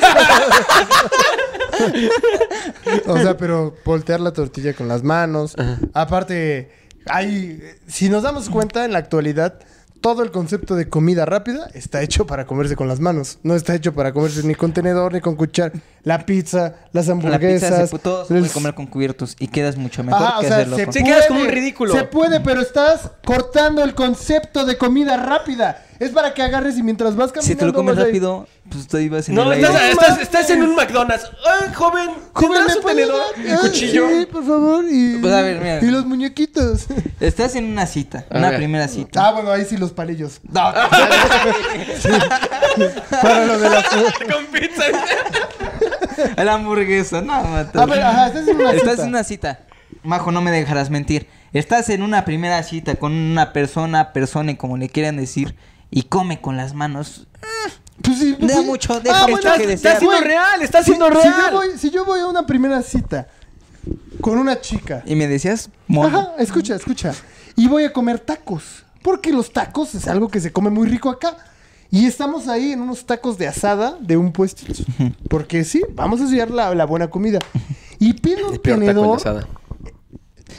o sea, pero voltear la tortilla con las manos. Aparte, hay. Si nos damos cuenta, en la actualidad, todo el concepto de comida rápida está hecho para comerse con las manos. No está hecho para comerse ni con tenedor, ni con cuchara. La pizza, las
La pizza
hamburguesas.
se, todo se
el-
puede comer con cubiertos y quedas mucho mejor
Ajá,
que
o sea,
hacerlo
se
con...
Sí, quedas como un ridículo.
Se puede, pero estás cortando el concepto de comida rápida. Es para que agarres y mientras vas caminando.
Si te lo comes
vas ahí,
rápido, pues te ibas en
No,
el aire.
estás,
aire.
estás- estás en un McDonald's. ¡Ay, joven!
Joven,
¿Tendrás
¿me
un
puede
tenedor?
ayudar?
¿Un
Ah,
cuchillo?
Sí, por favor. Y,
Pues, a ver, mira.
y los muñequitos.
Estás en una cita,
A
una
ver.
primera cita.
Ah, bueno, ahí sí los palillos. Sí. Para lo de las...
Con pizza.
A la hamburguesa, no, mata.
A ver, ajá, estás en una
Estás
cita.
en una cita. Majo, no me dejarás mentir. Estás en una primera cita con una persona, persona, como le quieran decir, y come con las manos.
Pues sí, pues
Da
sí.
mucho, deja esto
bueno,
que
sí,
desear.
güey.
Está siendo real, está siendo
Si- Si
real.
yo, voy, si yo voy a una primera cita con una chica...
Y me decías, mono.
Ajá, escucha, escucha. Y voy a comer tacos. Porque los tacos es algo que se come muy rico acá. Y estamos ahí en unos tacos de asada de un puestito. Porque sí, vamos a estudiar la, la buena comida. Y pido un tenedor.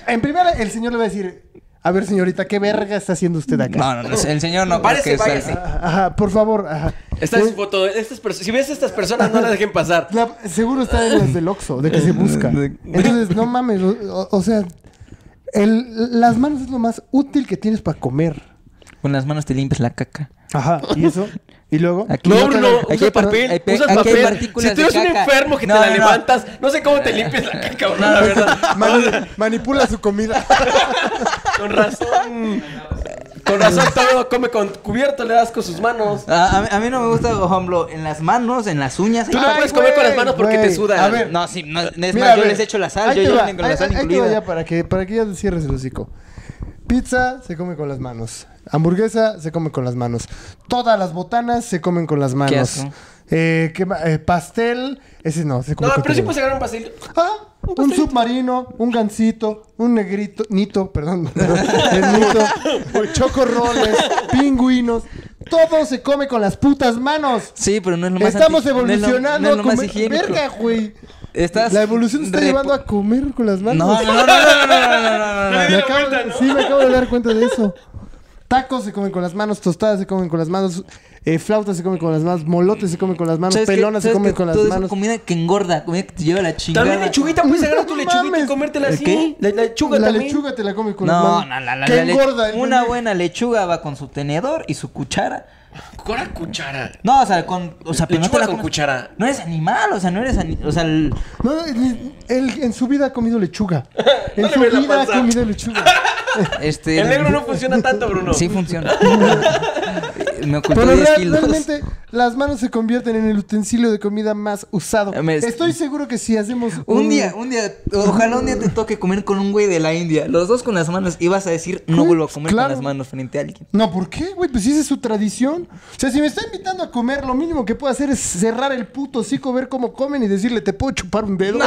En primera, el señor le va a decir: A ver, señorita, ¿qué verga está haciendo usted acá?
No, no, no, el señor no
Parece,
creo que sea
parece.
así.
Ajá, por favor. Ajá.
Estás
Eh,
foto- estas perso- si ves a estas personas, no las dejen pasar.
la- seguro está en las del Oxxo, de que se busca. Entonces, no mames. O, o sea, el- las manos es lo más útil que tienes para comer.
Con las manos te limpias la caca.
Ajá, y eso. Y luego.
Aquí
No,
No,
Bruno,
no,
usa
aquí hay par-
papel,
hay pe-
usa
aquí hay
papel.
partículas
si tú
de
eres un
caca.
enfermo que
No,
te la
no, no.
levantas, no sé cómo te limpias la caca, bro, la verdad.
Mani- manipula su comida.
Con razón. Con razón todo come con cubierto, le das con sus manos.
Ah, a, mí, a mí no me gusta, por ejemplo, en las manos, en las uñas.
Tú no
Ah,
puedes comer con las manos porque
güey.
te sudan.
A ver.
No, sí, no, es
Mira,
más,
a
yo
ver,
les echo la sal,
ahí
yo,
te
yo
va,
vengo con
ahí-
la sal
ahí- ahí te
incluida.
va ya para que, para que ya cierres el hocico. Pizza se come con las manos. Hamburguesa se come con las manos. Todas las botanas se comen con las manos.
asco.
Eh, ¿qué ma- eh, pastel, ese no, se come
No,
con
pero
todo.
sí puedes agarrar un pastel.
Ah, un submarino, un gansito, un negrito, nito, perdón, el nito, chocorroles, pingüinos, todo se come con las putas manos.
Sí, pero no es lo más
Estamos
anti- no es lo-
evolucionando
no es lo
a
más
comer-
higiénico.
Verga, güey.
Estás
La evolución te está
repo-
llevando a comer con las manos.
No, no, no, no, no, no, no, no, no, no.
Me acabo, de- Sí, me acabo de dar cuenta de eso. Tacos se comen con las manos, tostadas se comen con las manos, eh, flauta se come con las manos, molote se come con las manos,
¿Sabes qué?
pelona se
¿Sabes
come
qué?
con las
Todo eso,
manos.
comida que engorda, comida que te lleva a la chingada.
También lechuguita, puedes agarrar tu
No
lechuguita y
mames.
comértela
¿El
así.
qué?
La, la lechuga
la
también.
lechuga te la come con las
No,
manos.
no, la, la,
Qué
la le-
engorda. el
Una
bebé.
buena lechuga va con su tenedor y su cuchara.
Con la cuchara.
No, o sea, con. O sea, pero no te
Lechuga
la
con
comes.
cuchara.
No eres animal, o sea, no eres. ani- O sea, el-
No, no, él, él en su vida ha comido lechuga. En
No le
su
ve la
vida ha
panza.
comido lechuga.
este.
El negro no funciona tanto, Bruno.
Sí funciona. Me ocultó
Pero
10
real-
kilos.
realmente las manos se convierten en el utensilio de comida más usado.
Eh, me-
Estoy seguro que si hacemos
Un día, un día, ojalá un día te toque comer con un güey de la India. Los dos con las manos. Y vas a decir, no
¿Qué?
vuelvo a comer
Claro.
con las manos frente a alguien.
No, ¿por qué, güey? Pues si esa es su tradición. O sea, si me está invitando a comer, lo mínimo que puedo hacer es cerrar el puto hocico, ver cómo comen y decirle, ¿te puedo chupar un dedo?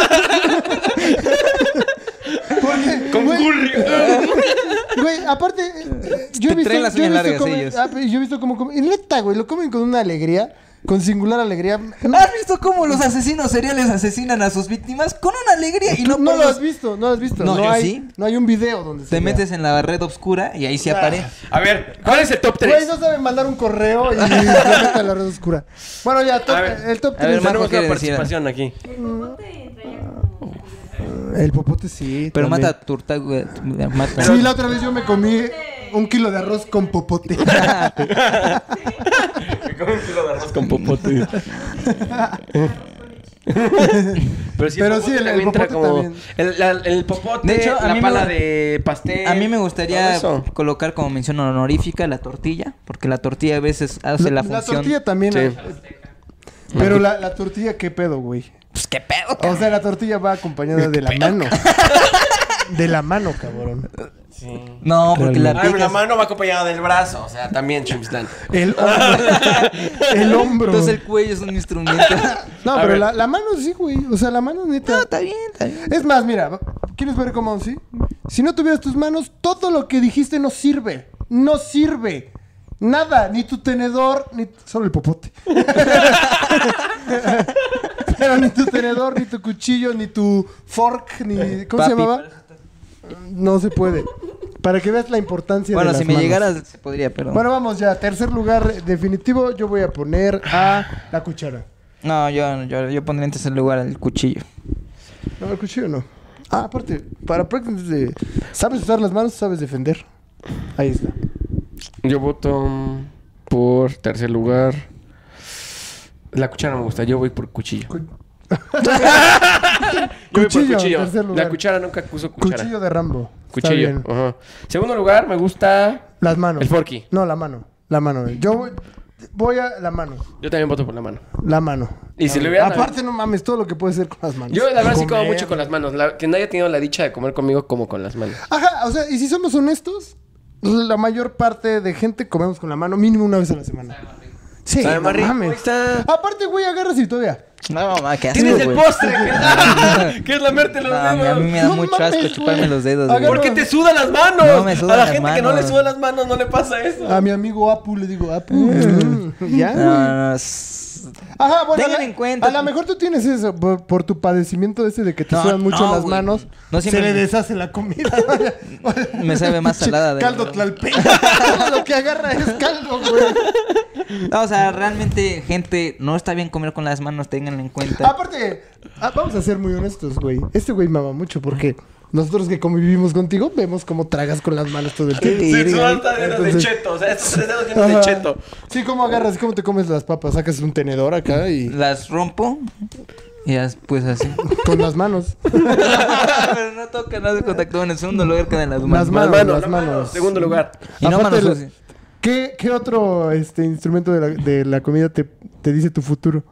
Porque,
Con
güey,
curry.
Güey, aparte, eh, yo he
Te
visto,
traen las
yo he
uñas
visto
largas
cómo-
ellos.
ah, pero yo he visto cómo comen. Y neta, güey, lo comen con una alegría, con singular alegría.
¿Has visto cómo los asesinos seriales asesinan a sus víctimas con una alegría y no,
No,
por
lo
los-
has visto, no lo has visto.
No, yo
hay,
sí.
No hay un video donde se
Te
vea.
metes en la red oscura y ahí sí aparece.
A ver, ¿cuál es el top 3?
Güey, no saben mandar un correo y se meten a la red oscura. Bueno, ya, top-
A ver,
el top
a ver,
3.
Majo
Tenemos
quiere
una
decir
participación aquí.
El popote entraría como.
El popote sí.
Pero
también.
mata a Turta, güey. Mata.
Sí, la otra vez yo me comí un kilo de arroz con popote.
Ah,
Me come un kilo de arroz con popote. Pero sí,
Pero
el popote
sí, el-
también
el popote
entra como...
también.
El, la- el popote,
De hecho, a mí
la
me
pala
gu-
de pastel.
A mí me gustaría
todo eso.
colocar como mención honorífica la tortilla, porque la tortilla a veces hace la, función.
tortilla también.
Sí.
Pero la, la tortilla, ¿qué pedo, güey?
Pues qué pedo,
O sea, la tortilla va acompañada de la mano. De la mano, cabrón.
No, porque la
Ay, pero la
picas.
mano va acompañada del brazo. O sea, también Chimstán.
El hombro. El hombro.
Entonces el cuello es un instrumento.
No,
A
pero
ver.
la, la mano sí, güey. O sea, la mano neta.
no, está bien, está bien.
Es más, mira, ¿quieres ver cómo sí? Si no tuvieras tus manos, todo lo que dijiste no sirve. No sirve. Nada, ni tu tenedor, ni tu- solo el popote. Pero ni tu tenedor, ni tu cuchillo, ni tu fork, ni ¿cómo se
Papi.
llamaba? Mm, No se puede. Para que veas la importancia
Bueno,
de las
si me
manos.
llegaras, se podría, pero.
Bueno, vamos ya, tercer lugar definitivo, yo voy a poner a la cuchara.
No, yo, yo, yo pondría en tercer lugar el cuchillo.
No, el cuchillo no. Ah, aparte, para prácticas de... Sabes usar las manos, sabes defender. Ahí está.
Yo voto mm, por tercer lugar. La cuchara me gusta, yo voy por cuchillo.
Cu-
Yo voy por
Cuchillo,
cuchillo.
tercer lugar.
La cuchara nunca uso cuchara.
Cuchillo de Rambo. Está
Cuchillo.
bien.
ajá. Segundo lugar, me gusta.
Las manos.
El forky.
No, la mano. La mano. Yo voy, voy a la mano.
Yo también voto por la mano.
La mano.
Y si le hubiera.
Ah, Aparte, no mames, todo lo que puedes hacer con las manos.
Yo la verdad sí como
Comer.
mucho con las manos. La- que nadie ha tenido la dicha de comer conmigo como con las manos.
Ajá, o sea, y si somos honestos, la mayor parte de gente comemos con la mano mínimo una vez a la semana. Sí,
Sabe
no
más rico, ahí
mames.
está.
Aparte, güey, agarras y todavía.
No, mamá, qué asco.
Tienes el
güey.
postre, que, que es lamerte los
No,
Ah,
a mí- a mí
dedos.
me da
No
mucho
mames,
asco
güey.
chuparme los dedos, güey.
Agarro-
¿Por qué te sudan las manos?
No, me sudan
A la
las
gente que no le
manos.
sudan las manos no le pasa eso.
A mi amigo Apu le digo, Apu. mm, ya, güey.
No, no, s-
Ajá, bueno.
Tengan
a la-
en cuenta.
A lo mejor tú tienes eso por, por tu padecimiento ese de que te
No,
sudan mucho
no,
las
güey.
manos.
No
se
siempre-
le deshace la comida.
Me sabe más salada de-
Caldo tlalpeño. Todo lo que agarra es caldo, güey.
No, o sea, realmente, gente, no está bien comer con las manos, ténganlo en cuenta.
Aparte, ah, vamos a ser muy honestos, güey. Este güey mama mucho porque nosotros que convivimos contigo vemos cómo tragas con las manos todo el tiempo.
Sí,
Sí,
güey.
son hasta dedos de
Entonces-
cheto. O sea, estos tres dedos llenos de
Ajá.
cheto.
Sí, cómo agarras, cómo te comes las papas. Sacas un tenedor acá y
Las rompo y ya, pues así.
con las manos.
Pero no toca nada de contacto en el segundo lugar que de las manos.
Las manos,
Las manos,
las
las
manos.
manos. Segundo lugar.
Y no
Aparte
manos
de la-
sucias.
¿Qué, qué otro este, instrumento de la, de la comida te, te dice tu futuro?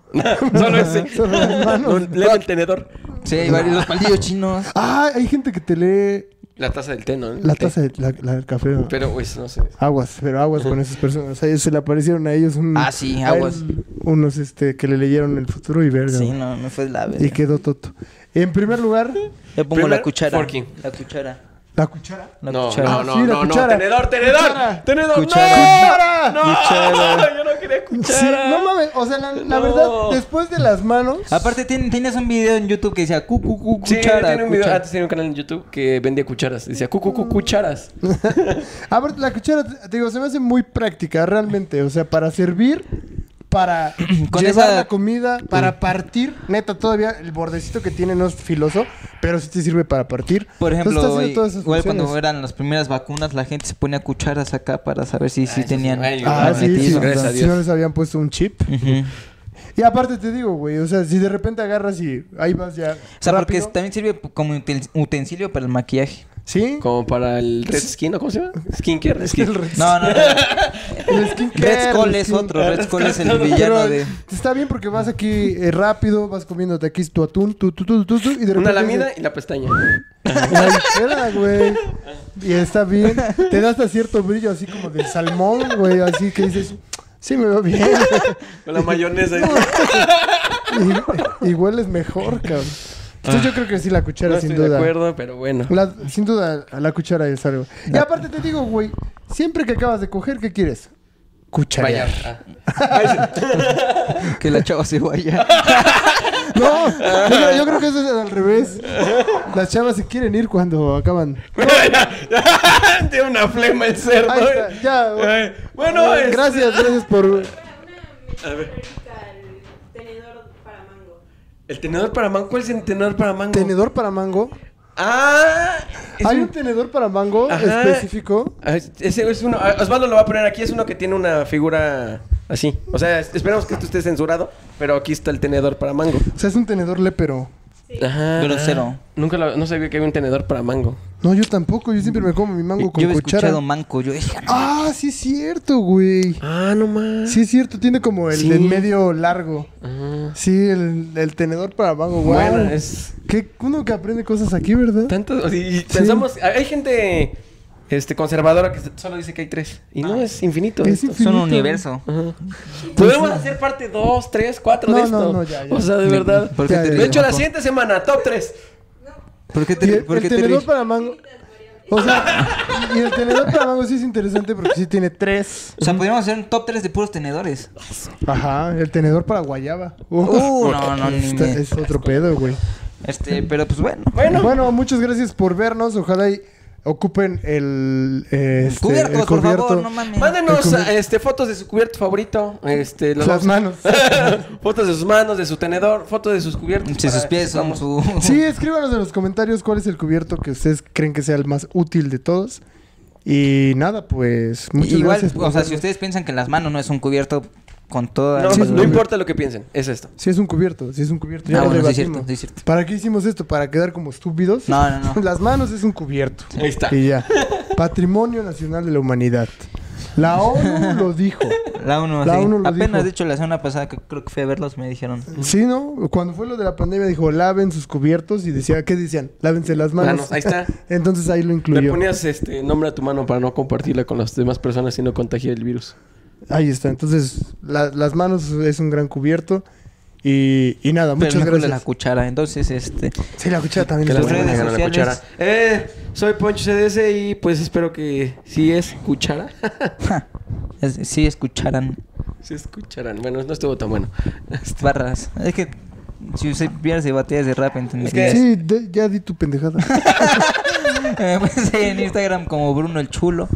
Solo ese.
Solo las manos.
No, Leva el tenedor.
Sí, hay varios, los palillos chinos.
Ah, hay gente que te lee
La taza del té, ¿no? El
la
té.
taza de- la- la del café. ¿no?
Pero, pues, no sé.
Aguas, pero aguas con esas personas. A ellos se le aparecieron a ellos un-
Ah, sí,
a él
aguas.
unos este, que le leyeron el futuro y verga.
Sí,
güey.
no, no fue la verga.
Y quedó toto. En primer lugar,
Le pongo
Primero,
la cuchara.
forky.
La cuchara.
la cuchara. Ah,
La
No,
cuchara.
no, no,
Sí, la
no, no.
cuchara.
Tenedor, tenedor.
Cuchara.
Tenedor.
Cuchara.
No, no.
Cuchara.
Yo no quería cuchara.
Sí, no mames, o sea, la, la
No.
verdad, después de las manos.
Aparte, tien- tienes un video en YouTube que decía cu, cu, cu,
Sí,
cuchara.
tiene un video,
cuchara".
antes tenía un canal en YouTube que vendía cucharas. Decía, cu, cu, cu, cucharas.
Mm. Aparte, la cuchara, te digo, se me hace muy práctica, realmente. O sea, para servir, para
Con
llevar
esa-
la comida, para partir. Neta, todavía el bordecito que tiene no es filoso, pero sí te sirve para partir.
Por ejemplo,
Entonces, Pues está haciendo todas esas
igual cuando
funciones.
eran las primeras vacunas, la gente se ponía cucharas acá para saber si, si
eso
tenían
sí, güey.
Ah, sí, sí,
magnetismo.
Gracias a
si
Dios.
no les habían puesto un chip.
Ujú.
Y aparte te digo, güey, o sea, si de repente agarras y ahí vas ya.
O sea, porque
rápido.
es- también sirve p- como utel- utensilio para el maquillaje.
Sí.
Como para el red skin, ¿o cómo se llama? Skincare.
Es que el
skin.
red-
No, no, no.
el skincare,
Red Skull
el
es
skin-
otro. Red Skull es el
Pero
villano de...
está bien porque vas aquí eh, rápido, vas comiéndote aquí tu atún, tu, tu, tu, tu, tu, y de repente...
Una lamida y la pestaña.
Ay, espera, güey. Y está bien. Te da hasta cierto brillo así como de salmón, güey. Así que dices, sí me veo bien.
Con la mayonesa.
Y, y hueles mejor, cabrón. Entonces yo creo que sí la cuchara,
no
sin
estoy de
duda.
acuerdo, pero bueno.
La- sin duda, a la cuchara es algo. Y
Ah.
aparte te digo, güey, siempre que acabas de coger, ¿qué quieres?
Vaya.
Cucharear.
ah.
Que la chava se vaya.
No, yo creo, yo creo que eso es al revés. Las chavas se quieren ir cuando acaban.
Tiene una flema el cerdo.
Ahí está,
eh.
ya. eh,
Ay, Bueno, este-
Gracias, gracias por.
Una metáfora al tenedor para mango.
¿El tenedor para mango? ¿Cuál es el tenedor para mango?
Tenedor para mango.
Ah, es
Hay
un-
un tenedor para mango
Ajá.
específico.
Ah, es- Ese es uno. ah, Osvaldo lo va a poner aquí. Es uno que tiene una figura así. O sea, es- esperamos que esto esté censurado. Pero aquí está el tenedor para mango.
O sea, es un tenedor lépero.
Ajá.
Grosero.
Nunca lo- no sabía que había un tenedor para mango.
No, yo tampoco. Yo siempre me como mi mango con
Yo he
cuchara.
escuchado manco. Yo dije, "Ah,
Ah, sí es cierto, güey.
Ah, no más.
Sí es cierto, tiene como el
Sí.
de medio largo. Sí, el, el tenedor para mango. Wow.
Bueno, es.
Qué uno que aprende cosas aquí, ¿verdad?
Tanto. Y, y pensamos. Hay gente este, conservadora que solo dice que hay tres. Y no es infinito.
Ah. Es
esto.
infinito.
Son un universo.
Ajá. Podemos hacer parte 2, 3, 4 de
Pues, No, no, no,
esto.
ya, ya.
O sea, de verdad.
¿Por qué
Ya,
te
ya,
De
ríes,
hecho, la
Marco?
siguiente semana, top 3.
¿Por qué
Y
te,
el,
por
el
qué te
tenedor
ríes?
para mango. O sea, y el tenedor para mango sí es interesante porque sí tiene tres.
O sea, podríamos hacer un top 3 de puros tenedores.
Ajá, el tenedor para guayaba. Uf.
Uh, no, no, ni
Está-
me-
es otro pedo, güey.
Este, pero pues bueno.
Bueno. muchas gracias por vernos. Ojalá y ocupen el, eh, este,
Cubiertos,
el
por
cubierto.
favor, no mames.
El
Mándenos
cubierto.
este, fotos de su cubierto favorito. Este, los
Las manos.
fotos de sus manos, de su tenedor, fotos de sus cubiertos.
Si sus
para-
pies son
vamos.
su...
Sí, escríbanos en los comentarios cuál es el cubierto que ustedes creen que sea el más útil de todos. Y nada, pues muchas
Igual,
gracias. por
o sea,
vernos.
si ustedes piensan que las manos no es un cubierto con toda...
No,
Sí,
no
sí.
importa lo que piensen, es esto.
Si es un cubierto, si es un cubierto.
Ah,
lo
bueno, sí es
debatimos.
cierto, sí es cierto.
¿Para qué hicimos esto? ¿Para quedar como estúpidos?
No, no, no.
Las manos es un cubierto.
Ahí está.
Y ya. Patrimonio Nacional de la Humanidad. La ONU lo dijo.
La uno,
La
sí.
uno lo
Apenas,
dijo.
de hecho, la semana pasada que creo que fui a verlos, me dijeron...
Sí, ¿no? Cuando fue lo de la pandemia dijo, laven sus cubiertos y decía, ¿qué decían? Lávense las manos.
Manos, ahí está.
Entonces ahí lo
Le
incluyó.
ponías este nombre a tu mano para no compartirla con las demás personas y no contagiar el virus.
Ahí está. Entonces, la- las manos es un gran cubierto. Y, y nada,
Pero
muchas
no con
gracias.
la cuchara, entonces, este...
Sí, la cuchara también.
Que
es
las
sus
buena.
manos
redes
tengan la
sociales.
cuchara. Eh, soy Poncho CDS y pues espero que si es cuchara.
ja, es- sí escucharan
si escucharan. Bueno, no estuvo tan bueno.
Este.
barras. Es que si usted pierde batallas de rap, entendería.
Sí, de- ya di tu pendejada.
Me pueden seguir Eh, pues, en Instagram como Bruno el Chulo.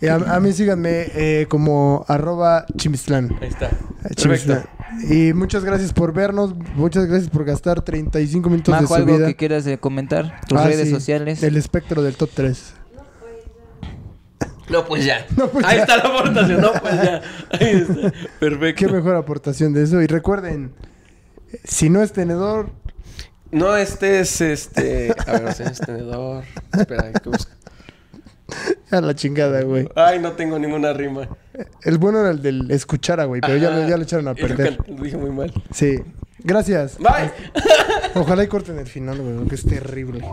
Y Eh, a, a mí síganme eh, como arroba chimistlán. Eh,
Ahí está. Perfecto.
Chimistlán. Y muchas gracias por vernos. Muchas gracias por gastar 35 minutos
Majo,
de su
algo
vida.
que quieras eh, comentar, tus
Ah,
redes
sí,
sociales.
El espectro del top 3.
No, pues ya.
No, pues
Ahí
ya.
está la aportación. No, pues ya. Ahí está.
Qué
Perfecto.
mejor aportación de eso. Y recuerden, si no es tenedor,
No, este es este. A ver, este es tenedor. Espera, que busco.
a la chingada, güey.
Ay, no tengo ninguna rima. Ah,
El bueno era el del escuchara, güey, pero ya lo, ya lo echaron a
Y lo
perder.
can- Lo dije muy mal.
Sí. Gracias.
Bye.
Ojalá y corten el final, güey, porque es terrible.